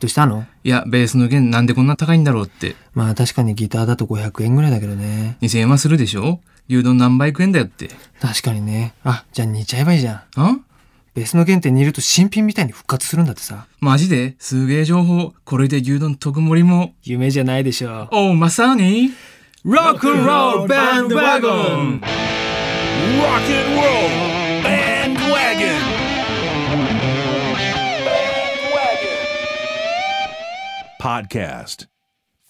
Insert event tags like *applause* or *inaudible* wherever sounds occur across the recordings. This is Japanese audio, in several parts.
どうしたのいや、ベースの弦なんでこんな高いんだろうって。まあ確かにギターだと500円ぐらいだけどね。 2000円はするでしょ牛丼何倍食えんだよって。確かにね。あ、じゃあ煮ちゃえばいいじゃん。あベースの原点煮ると新品みたいに復活するんだってさ。マジですげえ情報。これで牛丼特盛りも。夢じゃないでしょ。おう、まさに。ロックンロール *laughs* bandwagon Rock and roll bandwagon. Podcast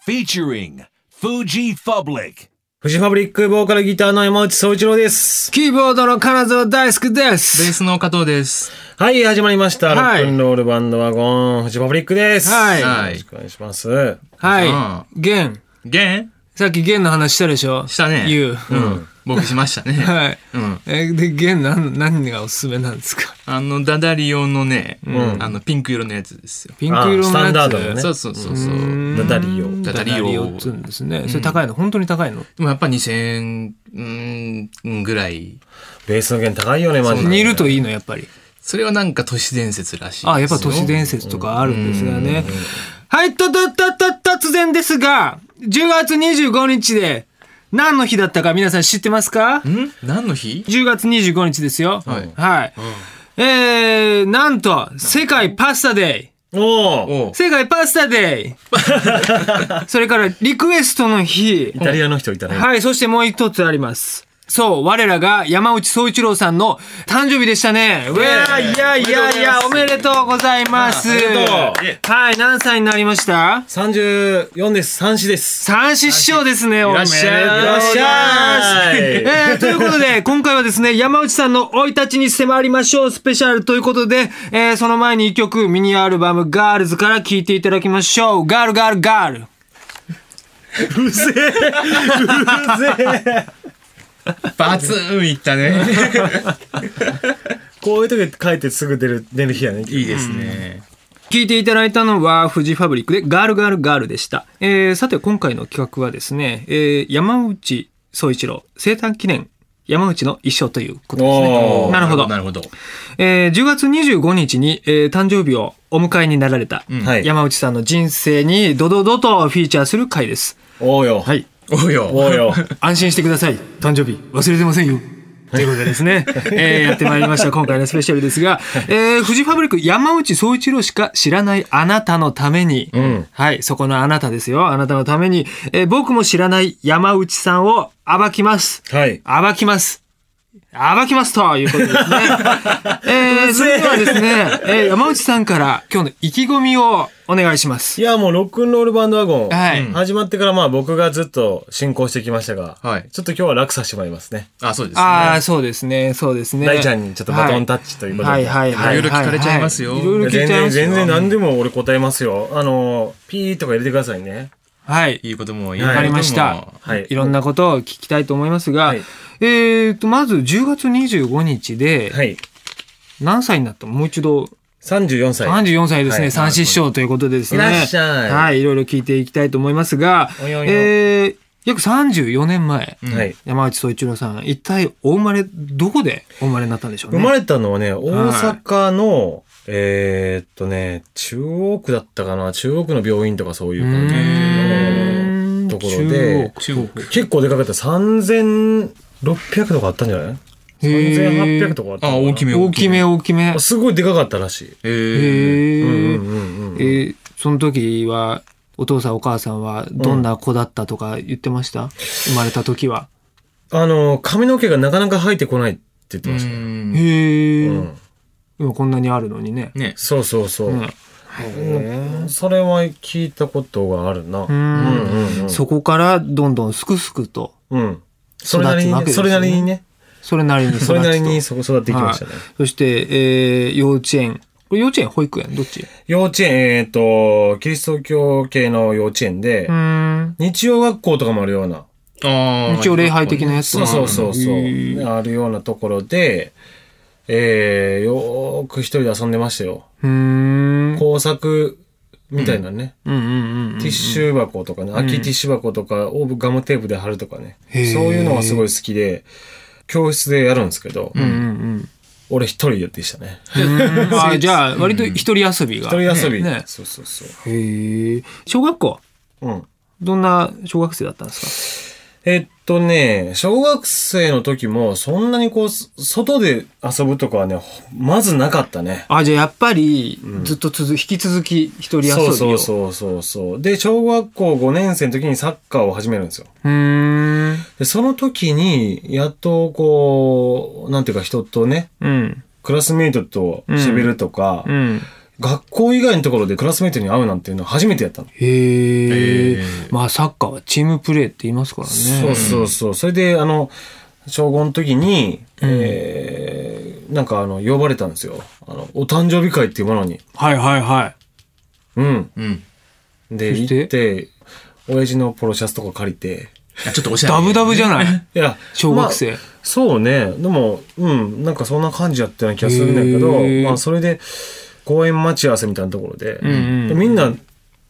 featuring Fuji Public. フジファブリックボーカルギターの山内総一郎です。キーボードの金沢大輔でベーす。スの加藤です。はい、始まりました。はいロックンロールバンドワゴン、フジファブリックです。はいよろしくお願いします。ははあい。弦。弦さっき弦の話したでしょしたね。言う。うん。僕しましたね。はい。うん。え、で、弦なん、何がおすすめなんですかあの、ダダリオのね、あの、ピンク色のやつですよ。ピンク色のやつ。スタンダードのねそうそうそうそう。ダダリオ。ダダリダダリオ。オっつうんですね。それ高いの本当に高いのでもやっぱ2000円うんうんぐらい。ベースの弦高いよね、マジで。煮るといいの、やっぱり。それはなんか都市伝説らしいですよ。あ、やっぱ都市伝説とかあるんですがね。はい、と、と、と、と、突然ですが、10月25日で、何の日だったか皆さん知ってますかん何の日 ?10 月25日ですよ。はいはい。えー、なんと、世界パスタデおおおうイ世界パスタ *laughs* デイそれから、リクエストの日イ。タリアの人いたね。はい、そしてもう一つあります。そう、我らが山内総一郎さんの誕生日でしたね。うわーいやいやいや、おめでとうございます。あありはい、何歳になりました34です、3子です。三子師匠ですね、おめでとうございいらまっす。しゃいえーということで、今回はですね、山内さんの生い立ちに迫りましょうスペシャルということで、えーその前に一曲、ミニアルバム、ガールズから聴いていただきましょう。ガールガールガール。うぜえうぜえバツンいったね。こういう時書いてすぐ出る、出る日やね。いいですね。聞いていただいたのは、フジファブリックで、ガールガールガールでした。えー、さて、今回の企画はですね、えー、山内総一郎、生誕記念、山内の一生ということですおね。ーなるほどな。るほど。えー、10月25日に、えー誕生日をお迎えになられた、はい山内さんの人生に、ドドドとフィーチャーする回です。おうよ。はい。おうよ。お *laughs* うよ。安心してください。誕生日、忘れてません *laughs* よ。ということでですね、 *laughs* えーやってまいりました、今回のスペシャルですが、えー、フジファブリック山内総一郎しか知らないあなたのために、はい、そこのあなたですよ、あなたのために、えー僕も知らない山内さんを暴きます。はい。暴きます。暴きますということで *laughs* すね。えー、それではですね、えー山内さんから今日の意気込みをお願いしますい。や、もうロックンロールバンドワゴン。はい始まってからまあ僕がずっと進行してきましたが、はいちょっと今日は楽させてもらいますね。あ、そうですね。ああ、そうですね、そうですね。大ちゃんにちょっとバトンタッチということで。はいはいはいはい。いろいろ聞かれちゃいますよいろいろ聞い全ちゃい然、ますよ。全然何でも俺答えますよ。あの、ピーとか入れてくださいね。はい。いいこともいいわわかりましことたも。はいいろんなことを聞きたいと思いますが、はいえっと、まず10月25日で、はい。何歳になったのもう一度、 34歳。 34歳ですね、はい三師匠ということでですね。いらっしゃいはい、いろいろ聞いていきたいと思いますが、およよえー約34年前、はい。山内総一郎さん、一体お生まれ、どこでお生まれになったんでしょうね。生まれたのはね、大阪の、えーっとね、中央区だったかな。中央区の病院とかそういう感じのところで、中国。結構でかかった。3600とかあったんじゃないへー ?3800 とかあったあ、のかな大きめ。大きめ。大きめ。すごいでかかったらしい。えへー。ーうんうんうんえーその時は、お父さんお母さんはどんな子だったとか言ってました、生まれた時は。あの、髪の毛がなかなか生えてこないって言ってましたね。へね。え、うん今こんなにあるのにね。そうそうそう。うんうんそれは聞いたことがあるな。うんうんうんそこからどんどんすくすくと、うん。それなり育つわにけね、ですそよねれなり *laughs* にね。それなりに育つと。それなりにそこ育っていきましたね。はいそして、えー幼稚園。これ幼稚園保育園どっち幼稚園、えっ、と、キリスト教系の幼稚園で、ん。日曜学校とかもあるような、ああ。一応礼拝的なやつそうそうそうそう、へーあるようなところで、えー、よーく一人で遊んでましたよ。うーん。うん工作みたいなね、うんうんうん。ティッシュ箱とかね、空きティッシュ箱とかをガムテープで貼るとかね、へーそういうのがすごい好きで、教室でやるんですけど、うんうん俺一人でしたね。あーじゃあ割と一人遊びが。一人遊び。ねそうそうそう。へえ。小学校うん。どんな小学生だったんですえっとね、小学生の時も、そんなにこう、そ外で遊ぶとかはね、ほまずなかったね。か。あじゃあやっぱりずっと続引き続き一人遊びを。そうそうそうそうそう。で、小学校5年生の時にサッカーを始めるんですよ。うーん。で、その時に、やっとこう、なんていうか人とね、うん。クラスメイトと喋るとか、うん。学校以外のところでクラスメイトに会うなんていうのは初めてやったの。へえ。まあサッカーはチームプレーって言いますからね。そうそうそう。それで、あの、小5の時に、えー、なんかあの、呼ばれたんですよ。あの、お誕生日会っていうものに。はいはいはい。うん。うん。で、そして行って、親父のポロシャツとか借りて。あちょっとおしゃれ。ダブダブじゃないいや、小学生まあそうね。でも、うん、なんかそんな感じやったような気がするんだけどへ、ーまあ、それで、公園待ち合わせみたいなところで、んうんでみんな、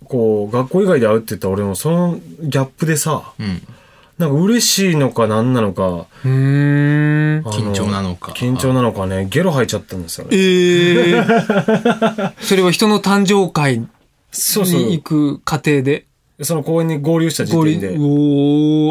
こう、学校以外で会うって言ったら俺もそのギャップでさ、うん。なんか嬉しいのか何なのか、うーん。あ緊張なのか緊張なのかね、ゲロ吐いちゃったんですよね。ええ。 *laughs* それは人の誕生会にそうそ行く過程で。う。その公園に合流した時ゴリ点で、お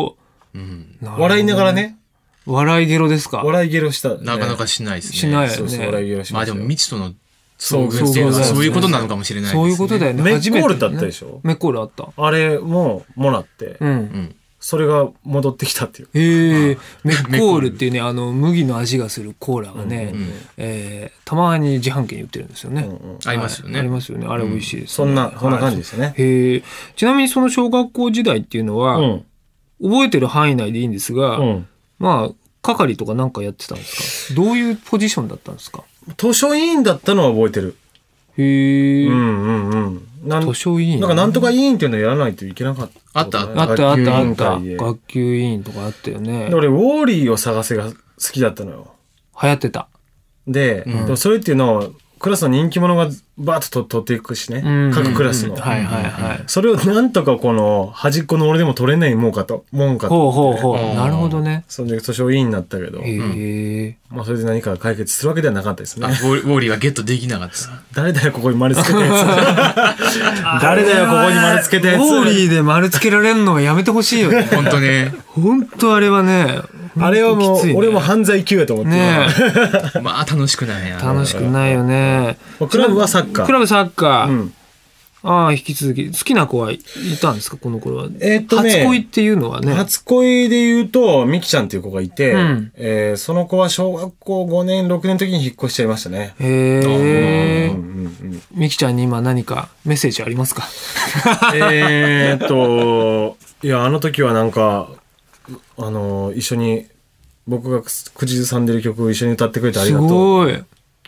お。うん。笑いながらね、笑いゲロですか笑いゲロした、ね。なかなかしないですね。しないそうそう、ね笑いゲロしままあしでたもよ。未知との遭遇そうっていうのはそうそういうことなのかもしれないですね。そういうことだよね。メ初めッてコだよールねだったでしょメッコールあった。あれももらって、うん。ん。それが戻ってきたっていう。ええ、メッコールっていうね、あの、麦の味がするコーラがね、えーたまに自販機に売ってるんですよね。ありますよねはいありますよね。あれ美味しいですね。。そんな、こんな感じですすよね。へえ。ちなみにその小学校時代っていうのは、うん。覚えてる範囲内でいいんですが、うん。まあ、係とかなんかやってたんですかどういうポジションだったんですか図書委員だったのは覚えてる。へえ、うんうんうん。なん図書委員。なんかなんとか委員っていうのやらないといけなかった、あったあったあったあった。学級委員会学級委員とかあったよねで。俺、ウォーリーを探せが好きだったのよ。流行ってた。で、でもそれっていうのを、クラスの人気者がバーッと取っていくしね。うん各クラスの。はいはいはい。それをなんとかこの端っこの俺でも取れないもんかと、もんかと。ほうほうほう。んなるほどね。そんで、図書委員になったけど、へえ。まあそれで何か解決するわけではなかったですあ *laughs* ウね。ォーウォーリーはゲットできなかった。誰だよ、ここに丸つけたやつ。誰だよ、ここに丸つけたやつ。ホーリーで丸つけられるのはやめてほしいよね。本当ね。 *laughs* *laughs* 本当あれはね、あれはもきつう、いね俺も犯罪級やと思ってる。ねえまあ楽しくないな。楽しくないよね。クラブはサッカー。クラブサッカうー。ん。ああ、引き続き。好きな子はいたんですかこの頃は。えーっとね初恋っていうのはね。初恋で言うと、ミキちゃんっていう子がいて、うんえーその子は小学校5年、6年の時に引っ越しちゃいまし *laughs* たね。へえうん。うんうん、みきちゃんに今何かメッセージありますかえーっと、いや、あの時はなんか、あの、一緒に、僕が口ずさんでる曲を一緒に歌ってくれてありすがとう。ごい。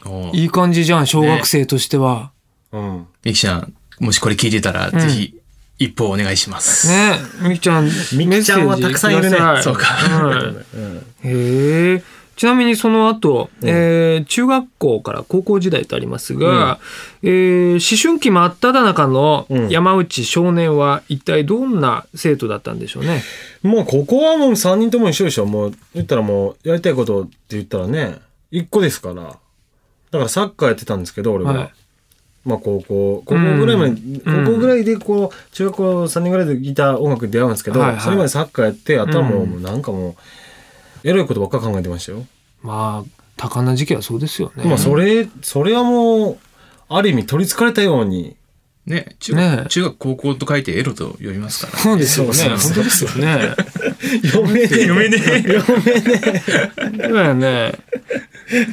おういい感じじゃん、小学生としては。うん。ミキちゃん、もしこれ聞いてたら、ぜひ、一報お願いします。ねみきちゃん、メッちセゃんはージたくさんいくるねださい。そうかはいへえ。ちなみにその後、えー中学校から高校時代とありますが、えー思春期真っ只中のうん山内少年は一体どんな生徒だったんでしょうね。もうここはもう3人とも一緒でしょ。もう、言ったらもう、やりたいことって言ったらね、1個ですから。だからサッカーやってたんですけど、俺は。はいまあ高校、高校ぐらいまで、高校ぐらいでこう、中学校3年ぐらいでギター音楽に出会うんですけど、はいはいそれまでサッカーやって、あとはもうう、んもうなんかもう、エロいことばっか考えてましたよ。まあ、多感な時期はそうですよね。まあそれ、それはもう、ある意味取り憑かれたように、ね中ね中学、高校と書いてエロと呼びますから。そうですよね。そうそう本当ですよね。読めねえ。読めねそうやね。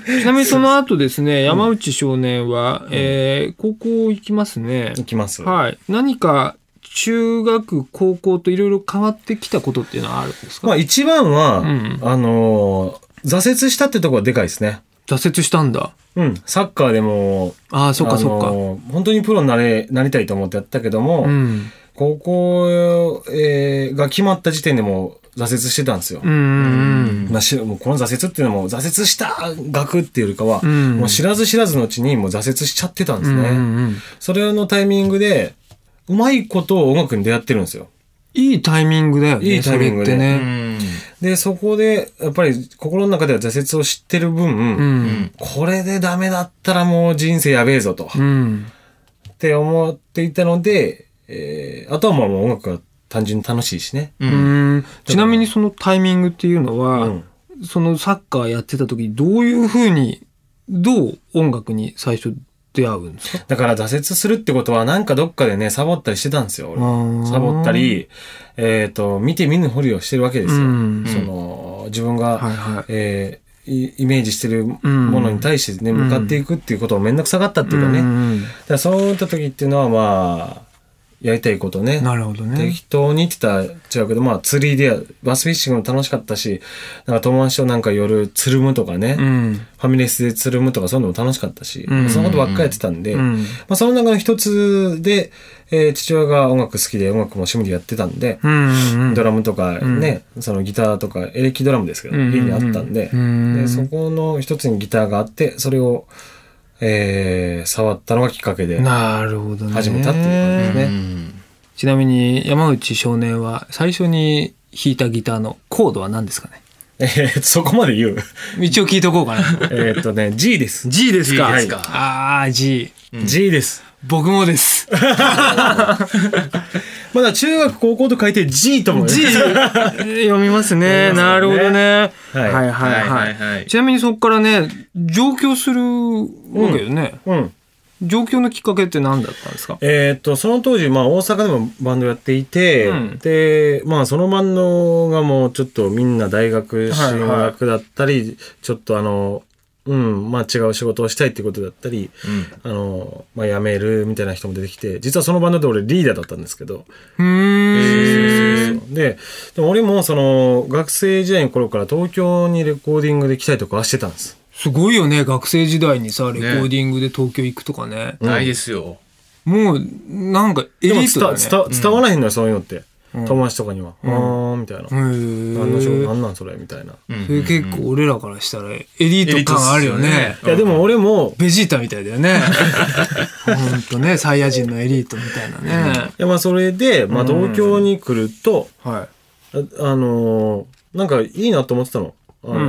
ちなみにその後ですね、山内少年は、えー高校行きますね。いきます。はい。何か中学、高校といろいろ変わってきたことっていうのはあるんですか、まあ一番は、んあのー挫折したってとこはでかいですね。挫折したんだ。うん、サッカーでも、ああ、そっかそっあか。のー本当にプロになれ、なりたいと思ってやったけども、うん。高校、えーが決まった時点でもう挫折してたんですよ。うんうんまあ、しもうこの挫折っていうのも挫折した額っていうよりかは、うんもう知らず知らずのうちにもう挫折しちゃってたんうですん。ね。うんうんそれのタイミングで、うまいことを音楽に出会ってるんですよ。いいタイミングだよね。いいタイミングでそれってうね。ん。で、そこで、やっぱり心の中では挫折を知ってる分、うん。これでダメだったらもう人生やべえぞと、うっん。て思っていたので、えー、あとはもう音楽が単純に楽しいしね。うんちなみにそのタイミングっていうのは、うんそのサッカーやってた時どういうふうにどう音楽に最初出会うんですかだから挫折するってことはなんかどっかでね、サボったりしてたんですよ、俺あーサボったり、えっ、と、見て見ぬふりをしてるわけですよ。うんその、自分が、はいはいえーいイメージしてるもうんのに対してね、ん向かっていくっていうことをめんどくさがったっていうかね。んだからそういった時っていうのはまあ、やりたいことね。なるほどね。適当にって言ったら違うけど、まあ釣りで、バスフィッシングも楽しかったし、なんか友達となんか夜つるむとかね、うん。ファミレスでつるむとかそういうのも楽しかったし、うんそのことばっかりやってたんで、うんまあその中の一つで、えー父親が音楽好きで音楽も趣味でやってたんで、うん。ドラムとかね、そのギターとかエレキドラムですけど、うん家にあったんで、うんでそこの一つにギターがあって、それを、えー触ったのがきっかけで、なるほどね。始めたっていう感じですね。ちなみに山内少年は最初に弾いたギターのコードは何ですかね *laughs* えーそこまで言う。 *laughs* 一応聞いとこうかな。えーっとね、G です。 G ですか G ですかああ、G。 G です。僕もです。まだ中学、高校と書いて G とも G ね。読みますね。なるほどね。はいはいははい。はいはいいちなみにそこからね、上京するわけよね。うん。上京のきっかけって何だったんですかえーっと、その当時、まあ大阪でもバンドやっていて、うんで、まあそのバンドがもうちょっとみんな大学進学だったり、ちょっとあの、うん、まあ違う仕事をしたいってことだったり、あの、まあ辞めるみたいな人も出てきて、実はそのバンドで俺リーダーだったんですけど、うーん。で、でも俺もその学生時代の頃から東京にレコーディングで来たりとかはしてたんです。すごいよね。学生時代にさ、レコーディングで東京行くとかね。ないですよ。もう、なんかエでもリ伝ートだね。伝伝わらへんのよ、そういうのって。友達とかには。うーん、みたいな。へ何の仕事、ー何なんそれみたいな。それ結構俺らからしたらエリート感あるよエリートっねす。いや、でも俺も、ベジータみたいだよね。ほんとね、サイヤ人のエリートみたいなね。いや、まあそれで、まあ東京に来ると、はい。ああのー、なんかいいなと思ってたの。あの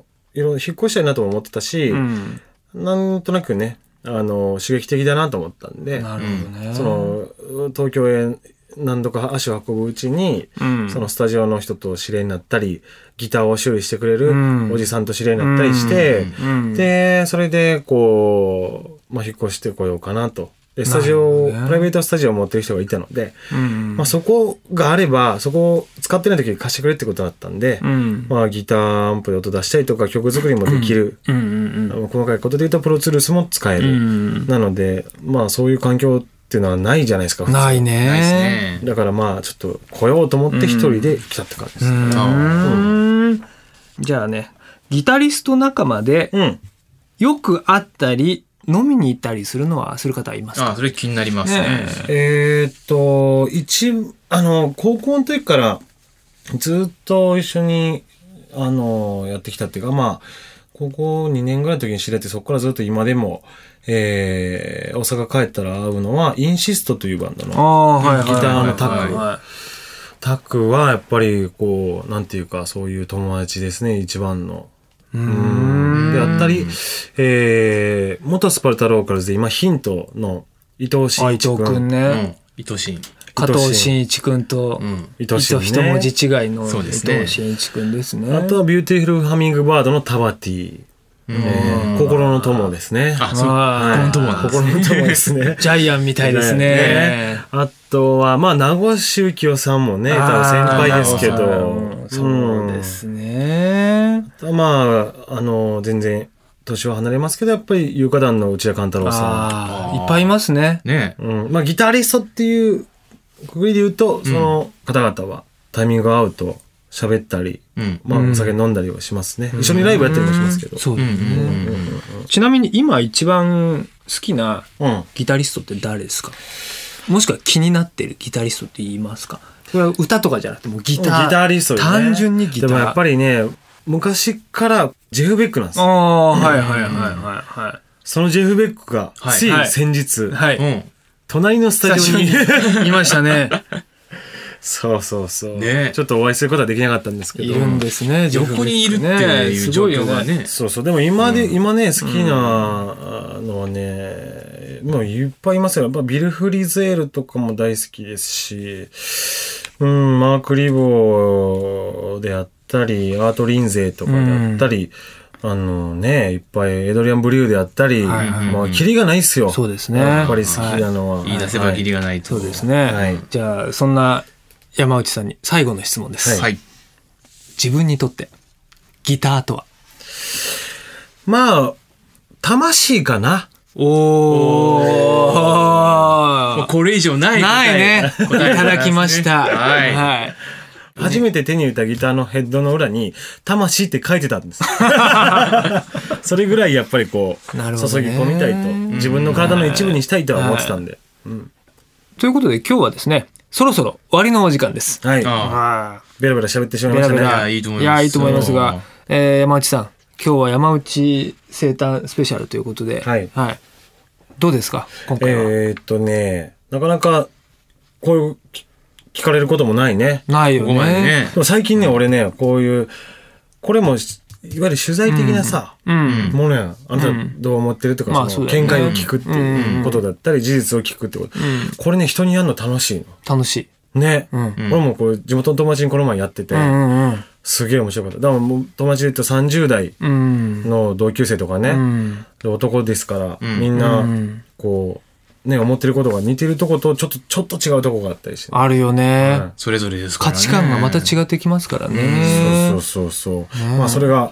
ー、いろいろ引っ越したいなとも思ってたしう、ん。なんとなくね、あのー、刺激的だなと思ったんで、なるほどね。その、東京へ何度か足を運ぶうちに、うんそのスタジオの人と知り合いになったり、ギターを修理してくれるんおじさんと知り合いになったりして、うんで、それで、こう、まあ、引っ越してこようかなと。で、スタジオなるを、ほどねプライベートスタジオを持ってる人がいたので、うんまあ、そこがあれば、そこを使ってない時に貸してくれってことだったんで、うん。まあ、ギターアンプで音出したりとか曲作りもできる。うんうん細かいことで言うと、プロツールスも使えうる。ん。なので、まあ、そういう環境っていうのはないじゃないですか。普うん。通ないないですね。ね。だからまあ、ちょっと来ようと思って一人で来たって感じでうす。ーん。じゃあね、ギタリスト仲間でうん。よく会ったり、飲みに行ったりするのは、する方いますあ、かそれ気になりますね。えーっと、一、あの、高校の時からずっと一緒に、あの、やってきたっていうか、まあ、高校2年ぐらいの時に知り合って、そこからずっと今でも、えー、大阪帰ったら会うのは、インシストというバンドあの。あ、はいはいはい。ギターのタックはいタクは、やっぱり、こう、なんていうか、そういう友達ですね、一番の。うん。であったり、えー、元スパルタローカルズで今、ヒントの伊藤あ慎伊一藤くん君。うね。ん。愛しい。加藤真一くんと、ん伊藤伊一藤真文一字違いの伊そうですね藤真一くんですね。あとはビューティフルハミングバードのタバティ、えー心の友ですね。あ、そう。は心のい。友なんです心の友ですね *laughs* ジャイアンみたいですね。あとは、まあ、名越周清さんもね、多分先輩ですけど、そうですね。うんまあ、あの、全然、年は離れますけど、やっぱり、有歌団の内田貫太郎さああ、いっぱいいますね。ねん。うん。まあ、ギタリストっていう、くぐりで言うと、その方々は、タイミングが合うと、喋ったり、うん。まあ、お酒飲んだりはしますね。一緒にライブやったりもしますけど。そううでんうすね。んうん。ちなみに今一番好きなうん。ギタリストって誰ですかもしくは気になってるギタリストって言いますかそれは歌とかじゃなくてもうギター。ギタリストよね単純にギター。でもやっぱりね、昔からジェフ・ベックなんですあよあ、はいはいはいはそのジェフ・ベックが、いつい先日、いはい。はい。うん。隣のスタジオに、いましたね。 *laughs* そうそうそう。ねちょっとお会いすることはできなかったんですけいど。るんですね。ジェフ横にいるってブックいねうす状ごい況がね。そうそう。でも今で、今ね、好きなあのはね、もういっぱいいますよ。やっぱビル・フリゼールとかも大好きですし、うん、マーク・リボーであったり、アート・リンゼーとかであったり、あのね、いっぱいエドリアン・ブリューであったり、はいはいまあ、キリがないっすよ。そうですねやっぱり好きなのは。言い出せばキリがないと。そうですね。はいじゃあ、そんな山内さんに最後の質問です。はいはい。自分にとって、ギターとはまあ、魂かな。もうおこれ以上ないないね。い答えただきました。はいはい。初めて手に入れたギターのヘッドの裏に「魂」って書いてたん *laughs* ですそれぐらいやっぱりこう、なるほど注ぎね込みたいと自分の体の一部にしたいとは思ってたんで、ということで今日はですね、そろそろ終わりのお時間です。はい、あはベラベラ喋ってしまいベましラたベねラ。いやいいと思いますや、いいと思いますうんが、えー山内さん、今日は山内生誕スペシャルということで、はいどうですか今回は。えーっとねなかなかこういうき聞かれることもないねないい。よここまでね。ねで。も最近ね俺ねこういうこれもしいわゆる取材的なさ、うん。ものやんあなたどう思ってるとか、まあそのそうだよね見解を聞くっていうことだったり、事実を聞くってこと、これね人にやるの楽しいの楽しい。ね。うん俺もこう、地元の友達にこの前やってて、うんうんすげえ面白かった。だからもう友達で言うと30代うん。の同級生とかね、うん。で男ですから、んみんうな、ん。こう、ね、思ってることが似てるとこと、ちょっと、ちょっと違うとこがあったりして、あるよね。はいそれぞれですから価ね。値観がまた違ってきますからそねう。そうそうそう。ねまあ、それが、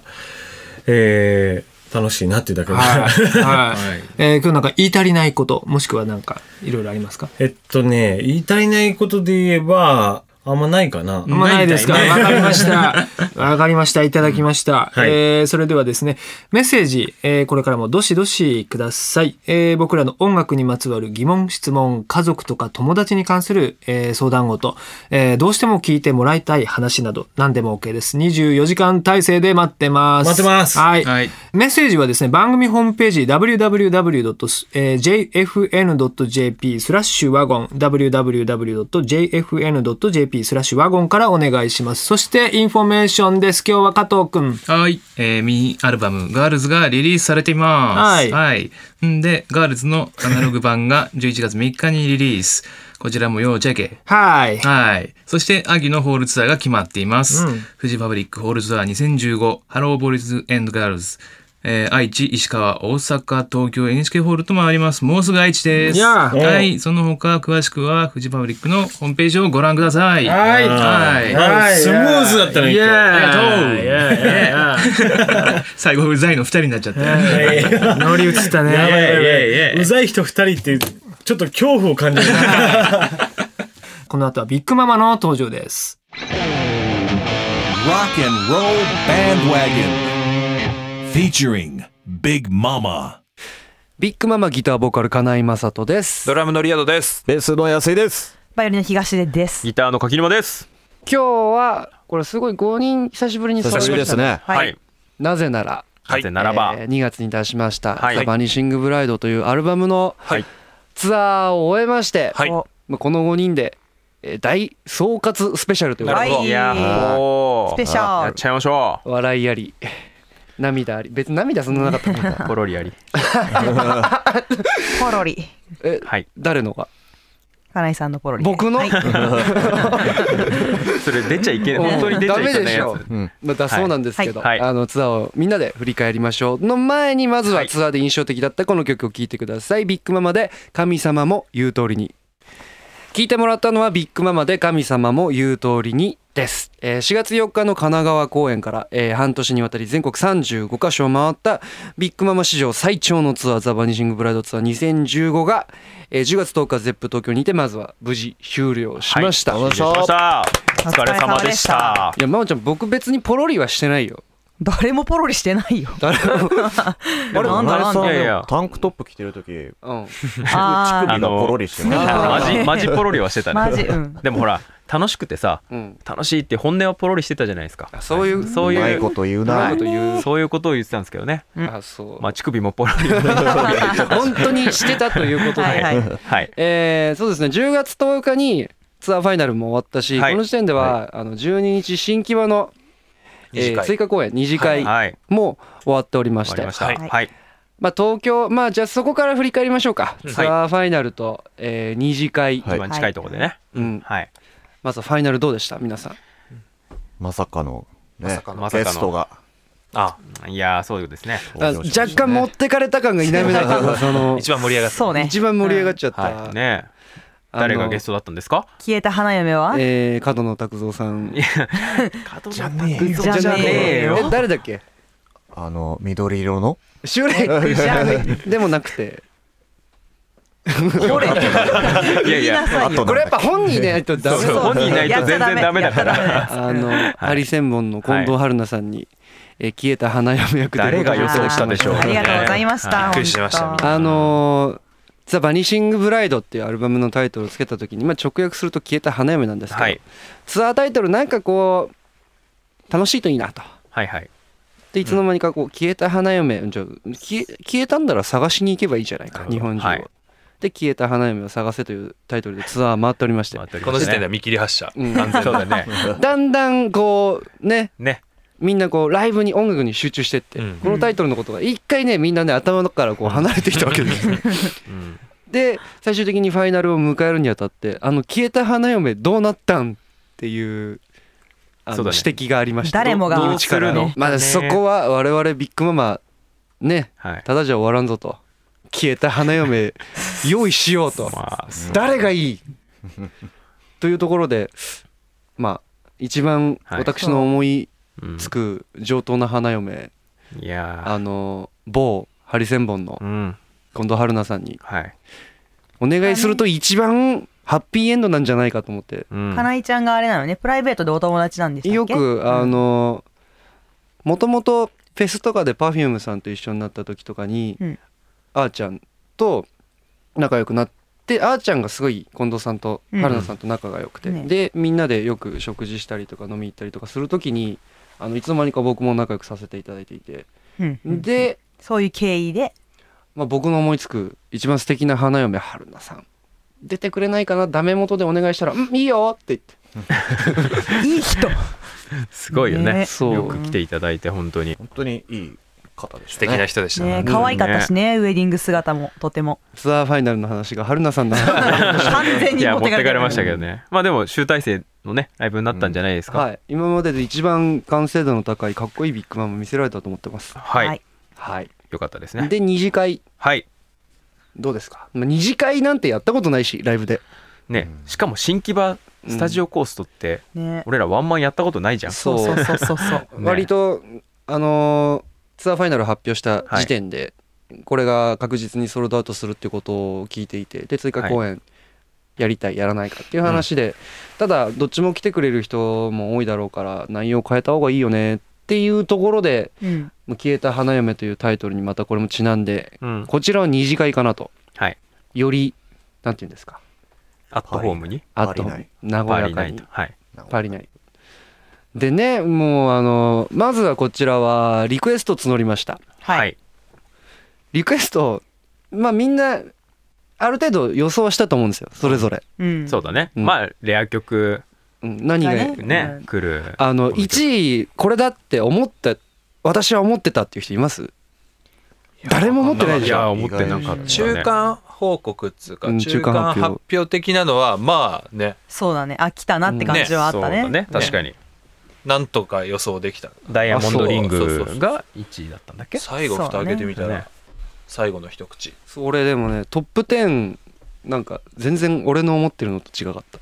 えー、楽しいなっていうだけで。はい。ははいい。えー今日なんか言い足りないこと、もしくはなんかいろいろありますか *laughs* えっとね、言い足りないことで言えば、あんまないかな。あんまないですか。ないみたいわかりました。わかりました。いただきました。はいえーそれではですね、メッセージ、えーこれからもどしどしください、えー僕らの音楽にまつわる疑問、質問、家族とか友達に関する、えー相談事、えーどうしても聞いてもらいたい話など、何でも OK です。24時間体制で待ってます。待ってますはい。はいメッセージはですね、番組ホームページ www.jfn.jp スラッシュワゴン www.jfn.jp スラッシュワゴンからお願いします。そしてインフォメーションです。今日は加藤くん。はい。えー、ミニアルバム、ガールズがリリースされています。はいんで、ガールズのアナログ版が *laughs* 11月3日にリリース。こちらも要チェケ。はい。はい。そして、秋のホールツアーが決まっています。フジパブリックホールツアー2015、ハローボーイズガールズ。えー、愛知、石川、大阪、東京、NHK ホールともあります。もうすぐ愛知です。やあはい。その他、詳しくは、フジパブリックのホームページをご覧ください。はいはい。あスムーズだったね、イエーイ今ありが *laughs* とうイエーイイエーイ *laughs* 最後、うざいの二人になっちゃって。日。乗り移ったやばいやばね。いやばいいやいやいやうざい人二人って、ちょっと恐怖を感じる。この後はビッグママの登場です。 Rock and Roll Bandwagon. Featuring Big Mama. ビッグママギターボーカル金井雅人です。ドラムのリアドです。ベースの安井です。バイオリンの東出です。ギターの柿沼です。今日はこれすごい5人久しぶりに揃いました。ね。はいはい。なぜなら、はい。ならば。えー2月に出しました「はい The Vanishing Bride」というアルバムのはい。ツアーを終えまして、はいおまあこの5人でえー大総括スペシャルというなるほど。はいおースペシャルやっちゃいましょ笑いあり *laughs* 涙あり別に涙そんなな *laughs* かったけどう。ポロリあり。ポロリ。えはい。誰のが金井さんのポロリ。僕の、はいそれ出ちゃいけない。本当に出ちゃいけないやダメでしつ。うんまあだそうなんですけど、はいはいあのツアーをみんなで振り返りましょうの前にまずはツアーで印象的だったこの曲を聴いてくださいビッグママで「神様も言う通りに」聴いてもらったのはビッグママで「神様も言う通りに」です、えー4月4日の神奈川公演から、えー半年にわたり全国35カ所を回ったビッグママ史上最長のツアー「ザ・バニシング・ブライドツアー2015が」えー10月10日 ZEP 東京にてまずは無事終了しました、はいい、失礼しました。お疲れ様でした。や真央ちゃん僕別にポロリはしてないよ誰もポロリしてないよ。誰もあれ、なんだなんさんだでいやいもやタンクトップ着てるとき、乳うん、あ首がポロリしてる。あマジ、マジポロリはしてたーね。マジ、うん。でもほら、楽しくてさ、 *laughs* うん、楽しいって本音はポロリしてたじゃないですか。そういう、そうそううまいいうこ。と言ううまな。いこと言う。そういうことを言ってたんですけどね。あ、そう。まあ、乳首もポロリ。 *laughs* 本当にしてたということで。はいはい。はい。えーそうですね。10月10日にツアーファイナルも終わったし、はいこの時点では、あの12日新木場の、えー次回追加公演二次会はいも終わっておりましわてかりましたははいい、まあ、東京まあじゃあそこから振り返りましょうか、ツアーファイナルと、えー二次会、はい一番近いところでねうん、はいまずはファイナルどうでした皆さんまさかの、まねさかの、ゲストが。あいやーそうですねあ若干持ってかれた感が否めないというかそ *laughs* の一番盛り上がったそうね。一番盛り上がっちゃった、はいね誰がゲストだったんですか消えた花嫁は、えー、角野拓三さんじゃじゃねえよえ誰だっけあの、緑色のシュレイクでもなくていやい言いなやさいよ。これやっぱ本人いないとダメそう本人いないと全然ダメだからやっちゃダメやっちゃダメあの、ハリセンボンの近藤春菜さんに、えー消えた花嫁 *laughs* 役で誰が予想したでしょうあーありがとうございました。びっくりしました本当あのー「ザ・バニシング・ブライド」っていうアルバムのタイトルをつけた時に、まあ、直訳すると「消えた花嫁」なんですけど、はいツアータイトルなんかこう楽しいといいなと。はいはいでいつの間にかこう消えた花嫁じゃあ消え消えたんだら探しに行けばいいじゃないか日本中を。はいで消えた花嫁を探せというタイトルでツアー回っておりまして回っておりこまのすね時点では見切り発車うん完全そうだね *laughs* だんだんこうねねみんなこうライブに音楽に集中してって、うんこのタイトルのことが一回ねみんなね頭からこう離れてきたわけです。うんで最終的にファイナルを迎えるにあたってあの消えた花嫁どうなったんっていうあそのうだ指ね摘がありました。誰もがどうするのまあそこは我々ビッグママねはいただじゃ終わらんぞと消えた *laughs* 花嫁用意しようとまあそう誰がいいというところでまあ一番はい私の思いうんつく上等な花嫁いやーあの某ハリセンボンのうん近藤春菜さんにはいお願いすると一番ハッピーエンドなんじゃないかと思ってうんかなちゃんがあれなのね、プライベートでお友達なんでしたっけよくあ、のもともとフェスとかで Perfume さんと一緒になった時とかに、うんあーちゃんと仲良くなってあーちゃんがすごい近藤さんとうん春菜さんと仲が良くて、ねでみんなでよく食事したりとか飲み行ったりとかする時にあのいつの間にか僕も仲良くさせていただいていて、うんうんで、そういう経緯で、まあ、僕の思いつく一番素敵な花嫁春菜さん出てくれないかなダメ元でお願いしたら「うんいいよ」って言っていい人。すごいよねそうよく来ていただいて本当に本当にいい方でし素たね。敵な人でしたねね可愛かったしね、ウェディング姿もとても。ツアーファイナルの話が春菜さんだな *laughs* 完全いにや持っ持ってかてれかてれましたど。けどねまあでも集大成のねライブになったんじゃないですかはい、今までで一番完成度の高いかっこいいビッグマンも見せられたと思ってます。ははいいはい、よかったですねで二次会はいどうですか、まあ、二次会なんてやったことないしライブでねしかも新木場スタジオコーストってね。俺らワンマンやったことないじゃんそそううそうそうそうそう。ね *laughs* 割とあのーツアーファイナル発表した時点で、これが確実にソールドアウトするっていうことを聞いていてで追加公演やりたいやらないかっていう話で、ただどっちも来てくれる人も多いだろうから内容変えた方がいいよねっていうところでうん。 「消えた花嫁」というタイトルにまたこれもちなんでうんこちらは二次会かなと。はいより、なんていうんですか。アットホームにあとパリない、和パやリナかイにト。はいパリない。でね、もうあの、まずはこちらは、リクエスト募りました。は。はいいリクエスト、まあみんな、ある程度予想はしたと思うんですよ、それぞれ。うん。そうだねうんまあレア曲うん、何が、だねねうん来るあの、1位、これだって思った、私は思ってたっていう人います誰も思ってないでいしやょ。思ってなかったね中間報告っつうかうん中間発表的なのはまあねそうだね。あ、来たなって感じはあったそうだね。ね確かになんとか予想できたダイヤモンドリンあそうそうそグうが1位だったんだっけ最後蓋開けてみたそうねら最後の一口それでもね、トップ10、なんか全然俺の思ってるのと違かった。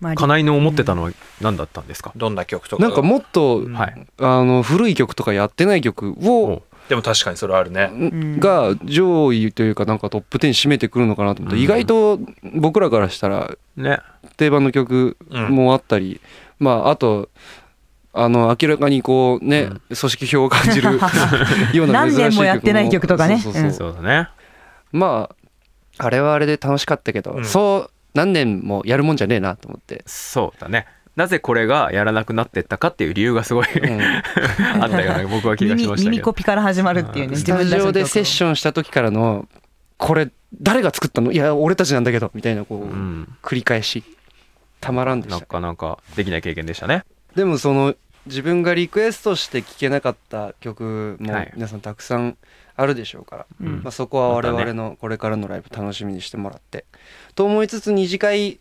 まあかなの思ってたのは何だったんですかどんな曲とかながんかもっと、うんはいあの古い曲とかやってない曲をおでも確かにそれはあるねんが上位というかなんかトップ10占めてくるのかなと思っうてん意外と僕らからしたらね定番の曲うんもあったりまああとあの明らかにこうね組織票を感じる *laughs* ような珍しい曲も何年もやってない曲とかねそうそうそうそうだねまああれはあれで楽しかったけどうんそう何年もやるもんじゃねえなと思ってそうだねなぜこれがやらなくなってったかっていう理由がすごい *laughs* *laughs* あったような僕は気がし耳ましたけ耳コどピから始まるっていうね。スタジオでセッョン。ションした時からのこれ誰が作ったのいや俺たちなんだけどみたいなこううん繰り返したまらんでなしたかなかできない経験でしたね。でもその自分がリクエストして聴けなかった曲もはい皆さんたくさんあるでしょうから、うんまあ、そこは我また々ねのこれからのライブ楽しみにしてもらって、と思いつつ二次会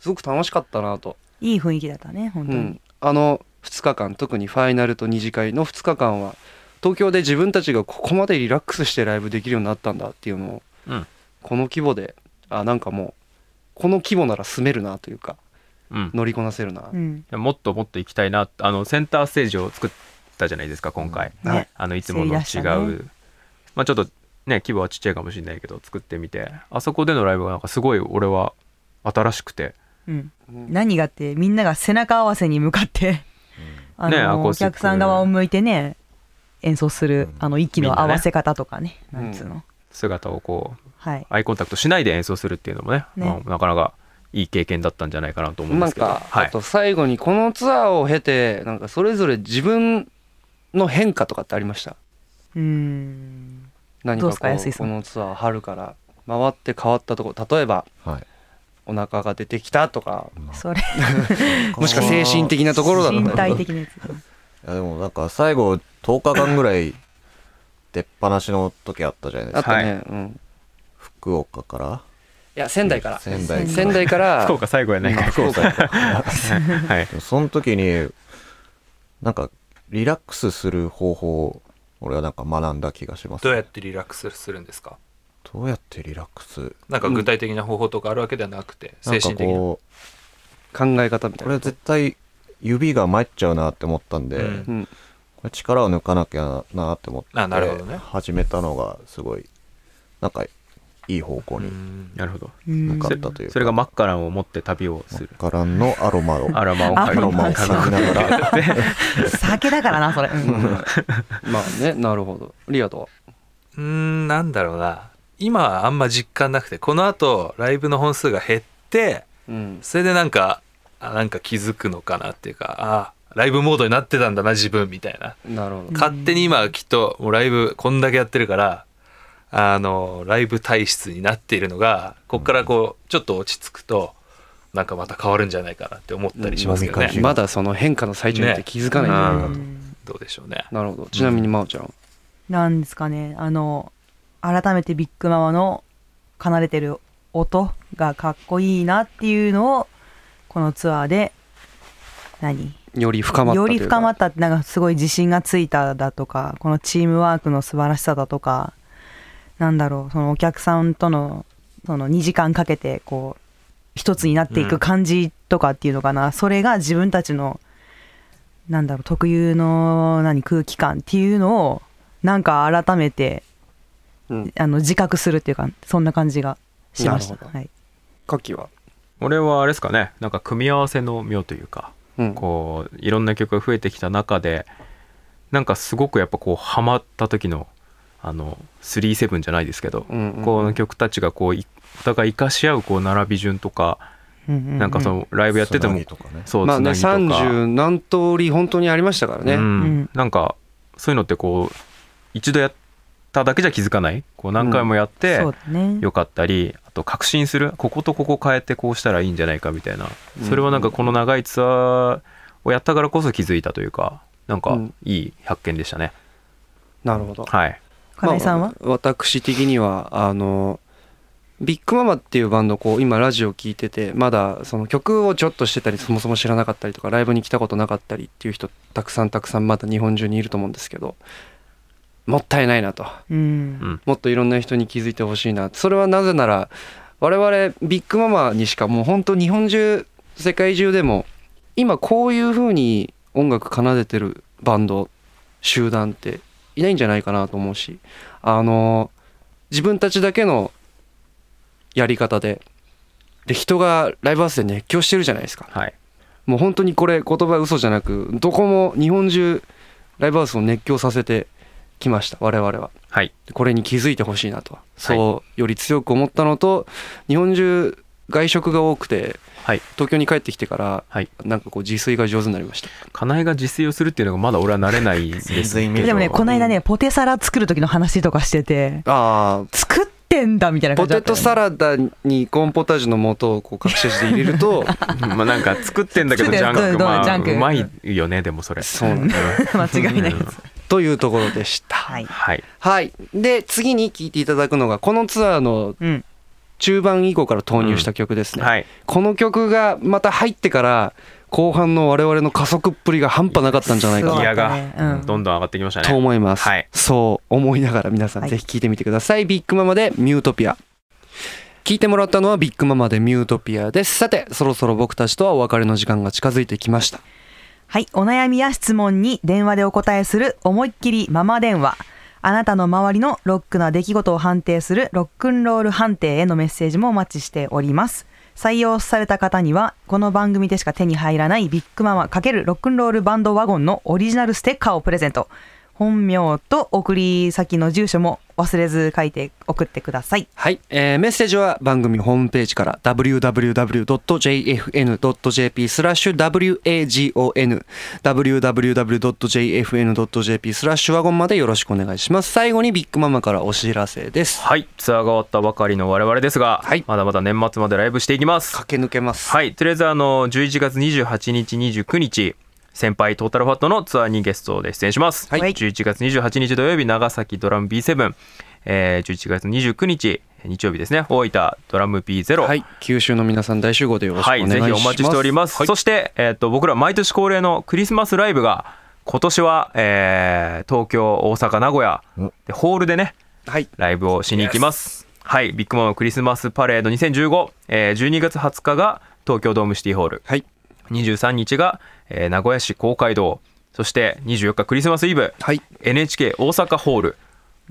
すごく楽しかったなと、いい雰囲気だったね本う当にん、あの2日間特にファイナルと二次会の2日間は東京で自分たちがここまでリラックスしてライブできるようになったんだっていうのを、うんこの規模であなんかもうこの規模なら住めるなというかうん。乗りこなせるな、うんもっともっと行きたいなあのセンターステージを作ったじゃないですか今回、ねあのいつもの違作り出したう、まあちょっとね規模はちっちゃいかもしれないけど作ってみてあそこでのライブがなんかすごい俺は新しくてうんうん何がってみんなが背中合わせに向かって、あねアのコーおスティック客さん側を向いてね演奏するあの息の合わせ方とかねみんなねなんつうの、姿をこうはいアイコンタクトしないで演奏するっていうのもね、ねまあなかなかいい経験だったんじゃないかなと思うんでなんすけどか、はあいと最後にこのツアーを経てなんかそれぞれ自分の変化とかってありましたうーん何どうかですかこ安井うさこんのツアー春から回って変わったところ例えばはい。お腹が出てきたとかそれもしくは精神的なところだ身った体り的なやついやでもなんか最後10日間ぐらい出っ放しの時あったじゃないですあか。とね、うん福岡からいや仙台から仙台仙台から福岡最後やないかい福岡からはいその時に、なんか、リラックスする方法を、俺はなんか学んだ気がします。どうやってリラックスするんですかどうやってリラックスなんか具体的な方法とかあるわけではなくて、な精んか神的な。こう、考え方みたいこれな絶対指が参っちゃうなって思ったんで、うんうんこれ力を抜かなきゃなって思って、あなるほどね始めたのがすごい、なんか、いい方向になるほどうん向かったというか、それがマッカランを持って旅をするマッカランのアロマを、アロマをアロマを嗅ぎながら、酒だからなそれ、うんまあねなるほどリアとはうーん、なんだろうな。今はあんま実感なくて、この後、ライブの本数が減って、うんそれでなんか、あなんか気づくのかなっていうか、あライブモードになってたんだな、自分、みたいな。なるほど勝手に今、きっと、もうライブ、こんだけやってるから、あの、ライブ体質になっているのが、こっからこう、ちょっと落ち着くと、なんかまた変わるんじゃないかなって思ったりしますけどね。うんまだその変化の最中って気づかないんじゃないかと、どうでしょうね。なるほどちなみに真央ちゃんなんですかねあの改めてビッグママの奏でてる音がかっこいいなっていうのをこのツアーで何より深まったよといりうか深まったってなんかすごい自信がついただとかこのチームワークの素晴らしさだとかなんだろうそのお客さんとのその2時間かけてこう一つになっていく感じとかっていうのかな、それが自分たちのなんだろう特有の何空気感っていうのをなんか改めて、うんあの自覚するっていうかそんな感じがしましなるた。ほはい、カキは俺はあれですかねなんか組み合わせの妙というかうんこういろんな曲が増えてきた中でなんかすごくやっぱこうハマった時のあの37じゃないですけど、うんうんこの曲たちがこういお互い生かし合うこう並び順とか、うんうんうんなんかそのライブやっててつなもぎとかね。そうまあねつなぎとか、 30何通り本当にありましたからね、うんうんなんかそういうのってこう一度やっただけじゃ気づかないこう何回もやってそうだねよかったり、あと確信するこことここ変えてこうしたらいいんじゃないかみたいなうんそれはなんかこの長いツアーをやったからこそ気づいたというかなんうかんいい発見でしたね、なるほどはい金井さんは、まあ私的にはあのビッグママっていうバンドこう今ラジオ聞いててまだその曲をちょっとしてたりそもそも知らなかったりとかライブに来たことなかったりっていう人たくさんたくさんまだ日本中にいると思うんですけどもったいないなとうんうんもっといろんな人に気づいてほしいなそれはなぜなら我々ビッグママにしかもう本当日本中世界中でも今こういう風に音楽奏でてるバンド集団っていないんじゃないかなと思うしあの自分たちだけのやり方でで人がライブハウスで熱狂してるじゃないですかはいもう本当にこれ言葉嘘じゃなくどこも日本中ライブハウスを熱狂させてきました我々ははいこれに気づいてほしいなとそうより強く思ったのと日本中外食が多くてはい東京に帰ってきてからはいなんかこう自炊が上手になりました金井が自炊をするっていうのがまだ俺は慣れないです *laughs* 全然イメージでもねはこの間ねポテサラ作る時の話とかしててああ作っててんだみたいなポ感じだテったトよねサラダにコーンポタージュの素をこう隠し味で入れるとまあなんか作ってんだけど *laughs* 作ジってャンどクうどうまジあャンクうまいよねでもそれそう *laughs* なんだ間違いないです。というところでした。は、はいい。はいで次に聴いていただくのがこのツアーのうん。中盤以降から投入した曲ですね。はいこの曲がまた入ってから後半の我々の加速っぷりが半端なかったんじゃないかそうなだギねアうがんどんどん上がってきましたとね思います、はいそう思いながら皆さんはいぜひ聴いてみてください、ビッグママで「ミュートピア」聴いてもらったのはビッグママで「ミュートピア」ですさてそろそろ僕たちとはお別れの時間が近づいてきましたはい。お悩みや質問に電話でお答えする思いっきりママ電話。あなたの周りのロックな出来事を判定するロックンロール判定へのメッセージもお待ちしております。採用された方には、この番組でしか手に入らないビッグママ×ロックンロールバンドワゴンのオリジナルステッカーをプレゼント。本名と送り先の住所も忘れず書いて送ってください。はい、えーメッセージは番組ホームページから www.jfn.jp スラッシュ wagon www.jfn.jp スラッシュワゴンまでよろしくお願いします最後にビッグママからお知らせですはいツアーが終わったばかりの我々ですがはいまだまだ年末までライブしていきます駆け抜けますはい、とりあえずあの11月28日、29日、先輩トータルファットのツアーにゲストで出演します。はい11月28日土曜日、長崎ドラム B7、えー、11月29日、日曜日ですね、大分ドラム B0。ははいい、九州の皆さん大集合でよろしくお願いします。ぜひお待ちしております。はいそして、えっと僕ら毎年恒例のクリスマスライブが今年は、えー東京、大阪、名古屋でホールでねはい、ライブをしに行きます。はい、ビッグマムクリスマスパレード2015、えー、12月20日が東京ドームシティホール、はい、 23日が、えー名古屋市公会堂そして24日クリスマスイブ、はい、 NHK 大阪ホール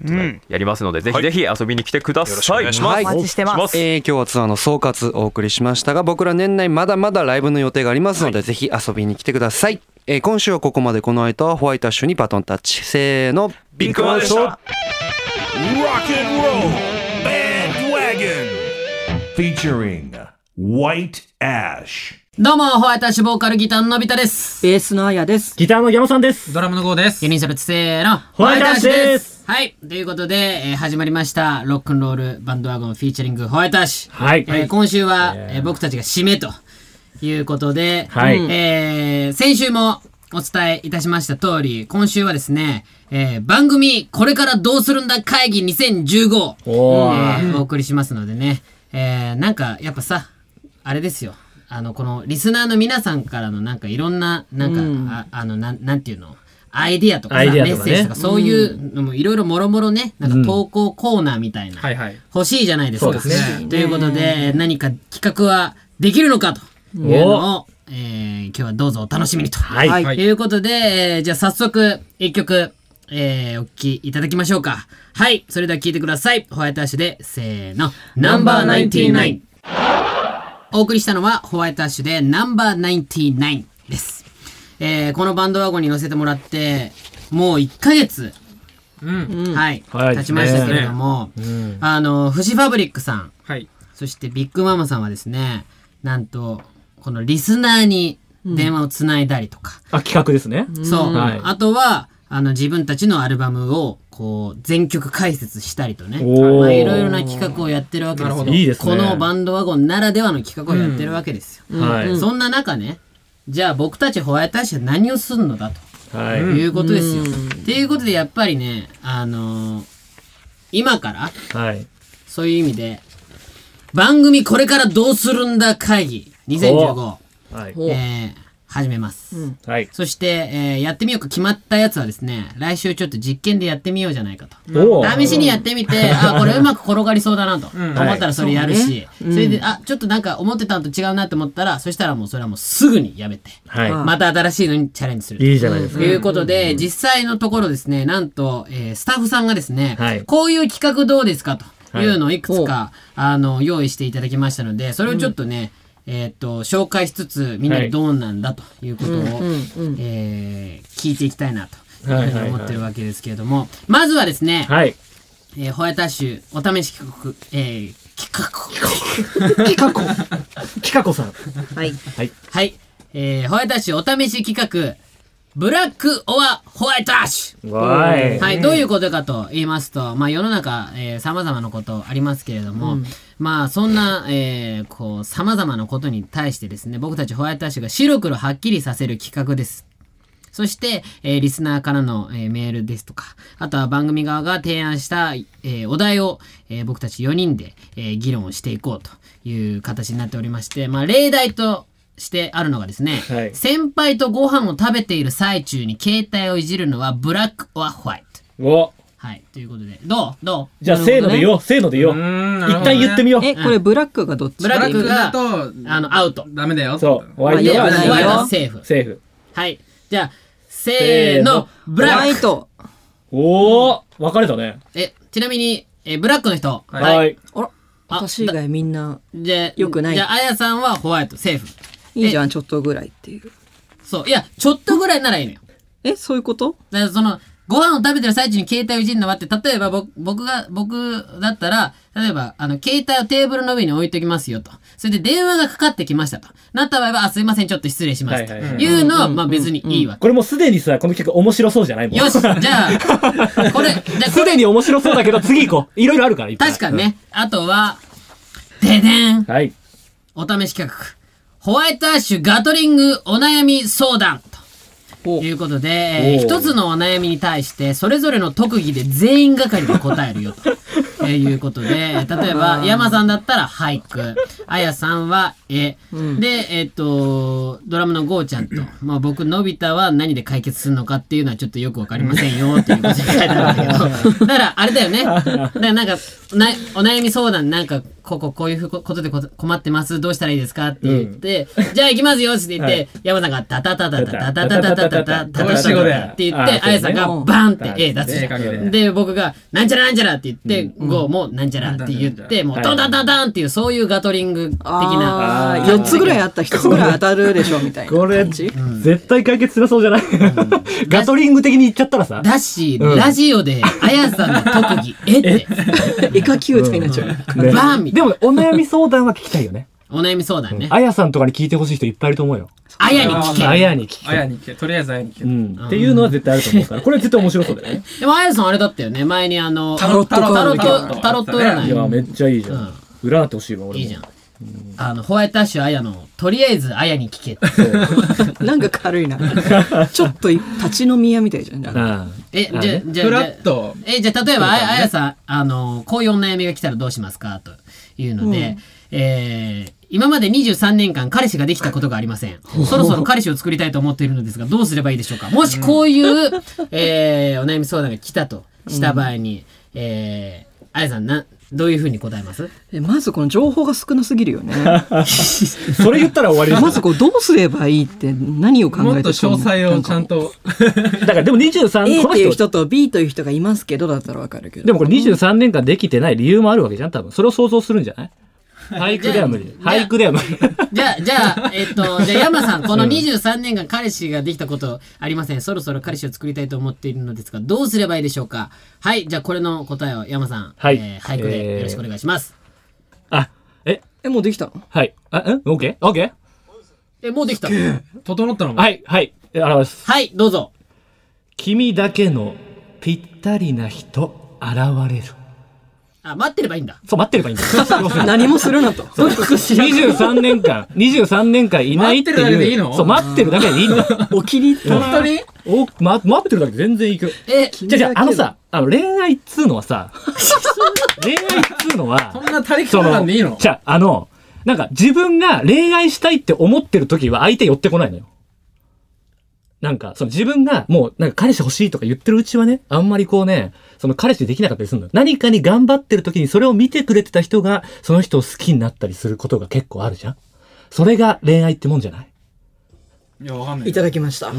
うん。やりますので、ぜひぜひ遊びに来てください。よろしおは待ちしてます。えー今日はツアーの総括お送りしましたが、僕ら年内まだまだライブの予定がありますので、ぜひ遊びに来てください。えー今週はここまでこの間はホワイトアッシュにバトンタッチ。せーの、ビッグマンでした Rock and Roll Bandwagon featuring White Ash. どうも、ホワイトアッシュボーカルギターののび太です。ベースのあやです。ギターの山さんです。ドラムの号ですユニシャルツせーの。ホワイトアッシュです。はい。ということで、えー始まりました、ロックンロールバンドワゴンフィーチャリングホワイトアッシュ。はいえー今週は、えー僕たちが締めということで、はいえー先週もお伝えいたしました通り、今週はですね、えー番組これからどうするんだ会議2015をおえーーお送りしますのでね、えーなんかやっぱさ、あれですよ。あの、このリスナーの皆さんからのなんかいろんな、なんか、ああのなん、なんていうのアイディアとかさアイディアメとッかセねージとかそういうのもいろいろもろもろね、なんか投稿コーナーみたいな、はいはい欲しいじゃないですか。そうですねということで、何か企画はできるのかというのを、えー今日はどうぞお楽しみにと。はいということで、えーじゃあ早速、一曲、えーお聴きいただきましょうか。はい、それでは聴いてください。ホワイトアッシュで、せーの、ナンバーナインティナイン。お送りしたのはホワイトアッシュでナンバー99です。えーこのバンドワゴンに乗せてもらって、もう1ヶ月、はい、はい経ちましたけれども、あの、フジファブリックさん、はい。そしてビッグママさんはですね、なんと、このリスナーに電話をつないだりとか、あ、企画ですね。そう、はいあとは、あの自分たちのアルバムをこう全曲解説したりとね、おーまあ、いろいろな企画をやってるわけですよどいいですねこのバンドワゴンならではの企画をやってるわけですよ、はい。そんな中ね、じゃあ僕たちホワイトアッシュは何をするのだはとい。いうことですよ。っていうことでやっぱりね、あのー今からはい。そういう意味で、番組これからどうするんだ会議2015、はい。えー始めます。はい。そして、えーやってみようか決まったやつはですね、来週ちょっと実験でやってみようじゃないかと。おお。試しにやってみ *laughs* て、あ、これうまく転がりそうだなと思ったらそれやるし、それで、あ、ちょっとなんか思ってたのと違うなと思ったら、そしたらもうそれはもうすぐにやめて、はまた新しいのにチャレンジする。い。いいじゃないですということで、実際のところですね、なんと、えースタッフさんがですね、はいこういう企画どうですかというのをいくつか、あの、用意していただきましたので、それをちょっとね、えーっと、紹介しつつ、みんなはにいどうなんだということを、えー聞いていきたいなと。いうふうに思ってるわけですけれども、まずはですね、か。はい。えーホワイトアッシュお試し企画、えー企画 *laughs* 企画。企画さん。。はい。はいはい。えー、ホワイトアッシュお試し企画、ブラック・オア・ホワイト・アッシュわーいはい、どういうことかと言いますと、まあ、世の中さまざまなことありますけれども、うんまあそんなさまざまなことに対してですね僕たちホワイトアッシュが白黒はっきりさせる企画です。そして、えーリスナーからの、えーメールですとか、あとは番組側が提案した、えーお題を、えー僕たち4人で、えー議論をしていこうという形になっておりまして、まあ、例題としてあるのがですね、先輩とご飯を食べている最中に携帯をいじるのはブラックはホワイト。おはい、ということで、どうどうじゃあ、せーので言おう、せーので言おう。なるほ一どね旦言ってみよう。えこれブラックがどっブラックがブあのアウト。ダメだよ。そう、ホワイトはまあいやダメホワイトはセーフセーフ。はい。じゃあ、せーの、ブラック。ホワイト。。おお、分かれたね。え、ちなみに、えーブラックの人。はいはいあら、私以外みんな、よくないじゃあ、あやさんはホワイト、セーフ。いいじゃん、ちょっとぐらいっていう。そう。いや、ちょっとぐらいならいいのよ。え、そういうことだからその、ご飯を食べてる最中に携帯をいじるのはって、例えば僕僕が、僕だったら、例えば、あの、携帯をテーブルの上に置いておきますよと。それで電話がかかってきましたと。なった場合は、あ、すいません、ちょっと失礼しますと。はいいはいうのは、まあ別にいいわ。これもうすでにさ、この企画面白そうじゃないもん。よし、じゃあ、 *laughs* すでに面白そうだけど、次行こう。いろいろあるから、いっぱい確かにね。。あとは、ででん。はい。お試し企画。ホワイトアッシュガトリングお悩み相談。ということで、えーお一つのお悩みに対して、それぞれの特技で全員がかりで答える *laughs* よと。えーいうことで、例えば、山さんだったら俳句、あやさんは絵、で、えっと、ドラムのゴーちゃんと、まあ僕、のび太は何で解決するのかっていうのはちょっとよくわかりませんよ、っていうことで書いてあるんだけど、だから、あれだよね。だからなんか、なお悩み相談、なんか、ここ、こういうふうことでこ困ってます、どうしたらいいですかって言って、じゃあ行きますよって言っはてい、山さんが、タタタタタタタタタタタタタ美味しい子だよって言あって、そうあねやさんがバンって絵出すじゃ絵描ん。けてで、僕が、なんちゃらなんちゃらって言って、ゴーもなんちゃらって言って、もう、はいドンドンドンドンっていう、そういうガトリング的あな。ー、4つぐらいあったら1つぐらい当たるでしょ、みたいな。これ、絶対解決するそうじゃないガトリング的に言っちゃったらさ。だし、うんラジオで、あやさんの特技、絵って。絵描き歌になっちゃう。ねバーンみでも、お悩み相談は聞きたいよね。お悩み相談ね。あやさんとかに聞いてほしい人いっぱいいると思うよ。あやに聞け。あやに聞け。あやに聞け。とりあえずあやに聞け。うんっていうのは絶対あると思うから。これ絶対面白そうだよね。でも、あやさんあれだったよね。前にあの、タロットカードタロッみたいなト、タロット占いい。や、めっちゃいいじゃん。占ってほしいわ、俺も。いいじゃん。あの、ホワイトアッシュあやの、とりあえずあやに聞けっ *laughs* て。なんか軽 *laughs* いな。ちょっと立ち飲み屋みたいじゃん。え、じゃあ、じゃあ、じゃあふらっと。え、じゃあ、例えば、あそうだやねあやさん、あの、こういうお悩みが来たらどうしますかというので、えー今まで23年間彼氏ができたことがありません。そろそろ彼氏を作りたいと思っているのですが、どうすればいいでしょうかもしこういう、えーお悩み相談が来たとした場合に、えーあやさん、な、どういうふうに答えますえまずこの情報が少なすぎるよね。 *laughs* それ言ったら終わりだよまずこうどうすればいいって何を考えてもっと詳細をちゃんと。だからでも23 A このという人、人と B という人がいますけどだったらわかるけど。でもこれ23年間できてない理由もあるわけじゃん、多分。それを想像するんじゃない俳句では無理。俳句では無理。じゃあ、じゃあ、えっと、じ *laughs* ゃあ山さん、このうん23年間彼氏ができたことありません。そろそろ彼氏を作りたいと思っているのですが、どうすればいいでしょうかはい、じゃあこれの答えを山さん、はいえー俳句えでーよろしくお願いします。あ、ええ、もうできたの。はい。あ、うんオッケーオッケーえ、もうできた整ったのはい、はい。え表す。はい、どうぞ。君だけのぴったりな人、現れる。あ、待ってればいいんだ。そう、待ってればいいんだ *laughs* よ何もするなと。 *laughs* そう23年間、23年間いないっていう。待ってるだけでいいのそう、待ってるだけでいいんだ。お気に入本当にお、ま、待ってるだけで全然いく。え、じゃじゃあのさ、あの恋愛っつうのはさ、恋愛っつうのは、そんな他力本願でいいのじゃあ、あの、なんか自分が恋愛したいって思ってる時は相手寄ってこないのよ。なんか、その自分がもう、なんか彼氏欲しいとか言ってるうちはね、あんまりこうね、その彼氏できなかったりするのよ。何かに頑張ってる時にそれを見てくれてた人が、その人を好きになったりすることが結構あるじゃん。それが恋愛ってもんじゃないいただきました。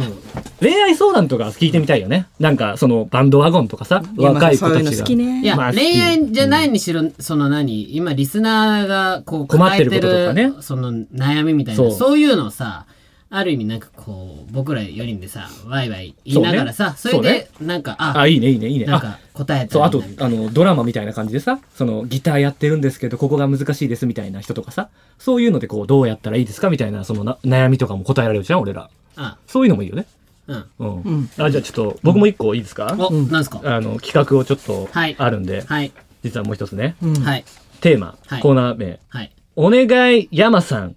恋愛相談とか聞いてみたいよね。なんか、そのバンドワゴンとかさ、若い子たちが。いや、まあ好き恋愛じゃないにしろ、その何、今リスナーがこう困っ抱てえるてこととかねる、その悩みみたいな、そうそういうのをさ、ある意味なんかこう、僕ら4人でさ、ワイワイ言いながらさ、そそうねれでそなんか、ああ、いいねいいねいいねなんか答えたそうらあとあのドラマみたいな感じでさそのギターやってるんですけどここが難しいですみたいな人とかさそういうのでこうどうやったらいいですかみたいなそのな悩みとかも答えられるじゃん俺らあそういうのもいいよねうんうんうんあじゃあちょっと僕も一個いいですか、おなんですかあの企画をちょっとはいあるんで、はい実はもう一つね、はいテーマ、はいコーナー名、はいお願い山さん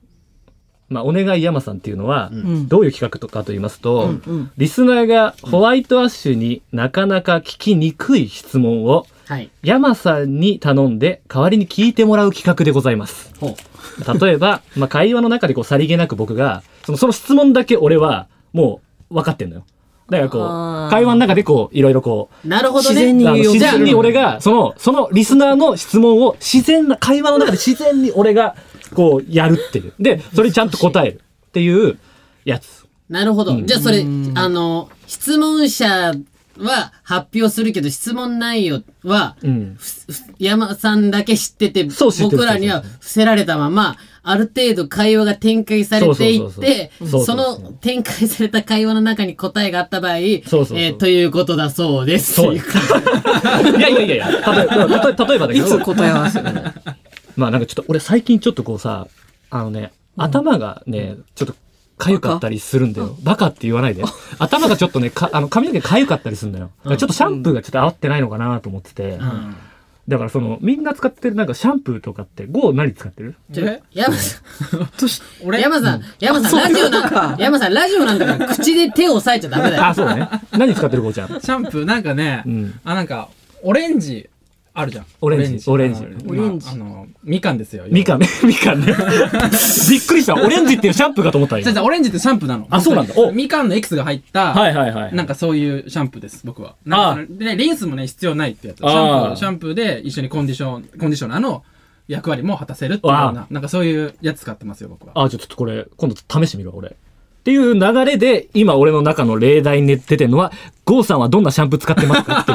まあ、お願い山さんっていうのは、んどういう企画とかと言いますと、うんうんリスナーがホワイトアッシュになかなか聞きにくい質問を、はい山さんに頼んで代わりに聞いてもらう企画でございます。例えば、まあ、会話の中でこうさりげなく僕がそのその質問だけ俺はもう分かってんのよ。だからこあーう会話の中でこういろいろこうなるほどね自然にあの自然に俺がそのそのリスナーの質問を自然な会話の中で自然に俺がこうやるっていうでそれにちゃんと答えるっていうやつ。なるほど、うんじゃあそれあの質問者は発表するけど質問内容はうん、山さんだけ知ってて知ってる僕らには伏せられたままある程度会話が展開されていそうそうっそうてそうそうそうその展開された会話の中に答えがあった場合そうそうそうえーということだそうです *laughs* そうですいやいやいやいや、例えば例えばだけいど。つ答え合わせ *laughs* まあなんかちょっと俺最近ちょっとこうさ、あのね、頭がね、ちょっと痒かったりするんだよ。バカって言わないで。頭がちょっとね、かあの髪の毛痒かったりするんだよ。だからちょっとシャンプーがちょっと合ってないのかなと思ってて。だからその、みんな使ってるなんかシャンプーとかって、ゴー何使ってるちょ山さん山さん山さんあラジオそうなんか山さんラジオなんだから口で手を押さえちゃダメだよあ、そうだね。何使ってるゴーちゃん。シャンプーなんかね、あなんかオレンジあるじゃん。オレンジオレンジオレンジ。まああのみかんですよ。みかんね、みかんね。びっくりした。オレンジっていうシャンプーかと思ったよじゃ。じゃオレンジってシャンプーなの。あそうなんだ本当にみかんのエキスが入った、はいはいはいなんかそういうシャンプーです、僕は。なんかで、リンスもね、必要ないってやつ。シあーャンプー、シャンプーで一緒にコンディション、コンディショナーの役割も果たせるっていうようわな、なんかそういうやつ使ってますよ、僕は。あ、じゃあちょっとこれ、今度試してみるわ、俺。っていう流れで、今俺の中の例題に出てるのは、ゴーさんはどんなシャンプー使ってま *laughs* すか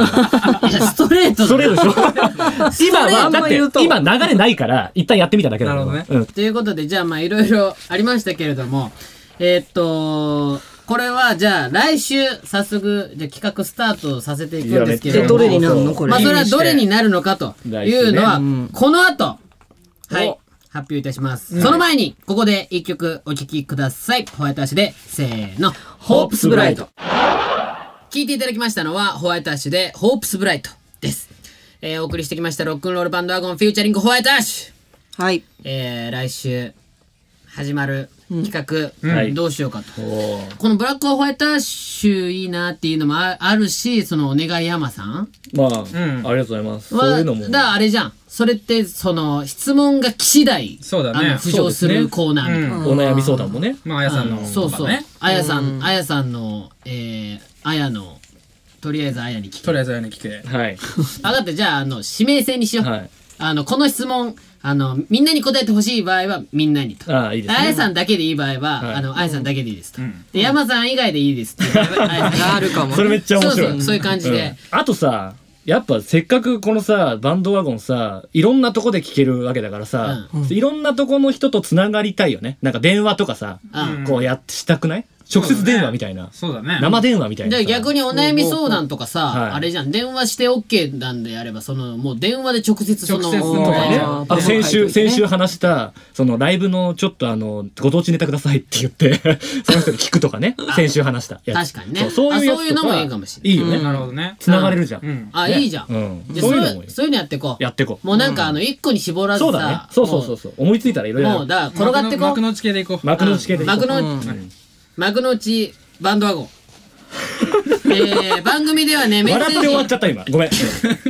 っていう。ストレート *laughs* ストレートでしょ今は、だ言うって、今流れないから、一旦やってみただけだなるほどね。うん。ということで、じゃあまあいろいろありましたけれども、えーっと、これはじゃあ来週早速、じゃあ企画スタートさせていくんですけれども。いやめっちゃどれになるのこれまあそれはどれになるのかというのは、来週ねこの後、はい、発表いたします。その前に、ここで一曲お聴きください。ホワイトアッシュで、せーの、ホープスブライト。聞いていただきましたのは、ホワイトアッシュで、ホープスブライトです。えーお送りしてきました、ロックンロールバンドワゴン、フューチャリングホワイトアッシュ。はい。えー来週、始まる企画、はいどうしようかと。このブラックホワイトアッシュいいなっていうのもああるし、そのお願い山さんまあ、ありがとうございますはだからあれじゃん。それって、その、質問が来次第、そうだねあの浮上するコーナーみたいな。お悩み相談もね。まあ、あやさんの、そうそうね。あやさん、あやさんの、えー、あやの、とりあえずあやに聞け。とりあえずあやに聞け。はい。分かった、じゃあ、あの、指名制にしよう。あの、この質問、あの、みんなに答えてほしい場合は、みんなにと。ああ、いいですね。あやさんだけでいい場合は、はいあの、あやさんだけでいいですと。で、山さん以外でいいですっていう場合は。あやさん *laughs* あるかもそれめっちゃ面白い。そうそう、そういう感じうでん。あとさ、やっぱせっかくこのさ、バンドワゴンさ、いろんなとこで聞けるわけだからさ、いろんなとこの人とつながりたいよね。なんか電話とかさ、うんこうやってしたくない直接電話みたいな。そうだね生電話みたいなさ。で逆にお悩み相談とかさ、はいあれじゃん電話して OK なんであればそのもう電話で直接そのとかね。あと先週、先週話した、そのライブのちょっとあの、ご当地ネタくださいって言って、 *laughs* その人に聞くとかね。先週話したやつ。確かにねそうそういうやつあとそういうのもいいかもしれないいよね。うんなるほどねつながれるじゃん。あ、ねいいじゃん。うんでそそうういういうのもいいそういうのやっていこう。やっていこう。もうなんかあの、一個に絞らずそうだねさ。、そうそうそうそう。思いついたらいろいろ。もうだから転がってこう幕の内系でいこう。幕の内系でいこう幕のうん幕の内バンドワゴン。えー番組ではね、メッ笑セってー終ジわっ。ちゃった今。ごめん。う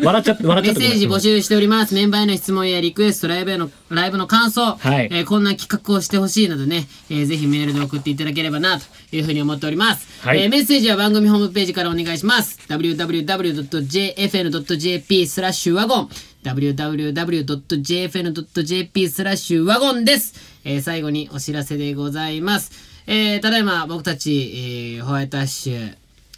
ん笑っちゃって、笑っちメゃっッた。セージ募ごめん集しております。メンバーへの質問やリクエスト、ライブへの、ライブの感想、はいえーこんな企画をしてほしいなどね、えーぜひメールで送っていただければな、というふうに思っております。はいえーメッセージは番組ホームページからお願いします。www.jfn.jp スラッシュワゴン。www.jfn.jp スラッシュワゴンです。えー最後にお知らせでございます。えーただいま僕たち、えーホワイトアッシュ、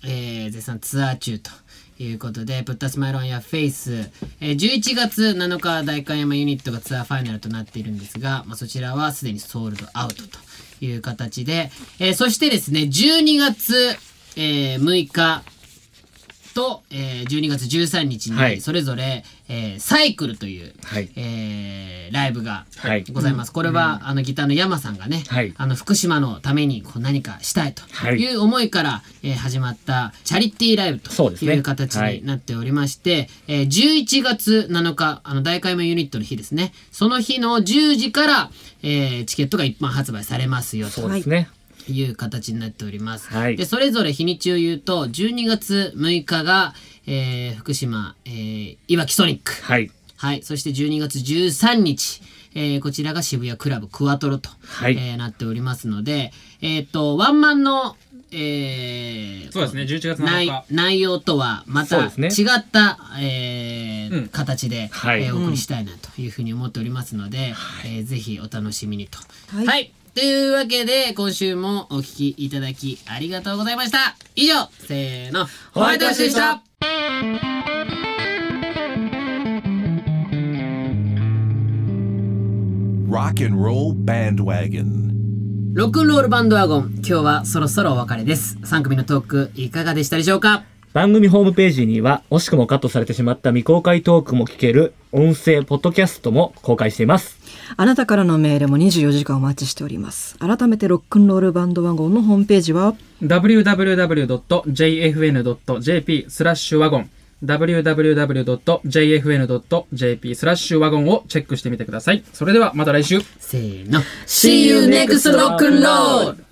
えー絶賛ツアー中と。いうことで、プッタスマイロンやフェイス、えー11月7日、代官山ユニットがツアーファイナルとなっているんですが、まあ、そちらはすでにソールドアウトという形で、えーそしてですね、12月、えー6日、と、えー、12月13日はいにそれぞれ、えーサイクルという、えーライブがございます。これは、あのギターの山さんがね、あの福島のためにこう何かしたいとはいいう思いから、えー始まったチャリティーライブそうとですねいう形はいになっておりまして、えー11月7日あの大開門ユニットの日ですねその日の10時から、えーチケットが一般発売されますよとそうですねいう形になっております。はいでそれぞれ日にちを言うと12月6日が、えー福島、えーいわきソニック、はいそして12月13日、えーこちらが渋谷クラブクワトロと、はいえーなっておりますので、えー、とワンマンの、えーそうですね11月7日内内容とはまそうた違ですねった、えー形で、はいえーお送りしたいなというふうに思っておりますので、えーぜひお楽しみにと。はい、というわけで今週もお聞きいただきありがとうございました以上せーのホワイトアッシュでした Rock and Roll Bandwagon. ロックンロールバンドワゴン今日はそろそろお別れです3組のトークいかがでしたでしょうか番組ホームページには惜しくもカットされてしまった未公開トークも聞ける音声ポッドキャストも公開していますあなたからのメールも24時間お待ちしております。改めてロックンロールバンドワゴンのホームページは www.jfn.jp スラッシュワゴン www.jfn.jp スラッシュワゴンをチェックしてみてください。それではまた来週。せーの。 See you next rock and roll!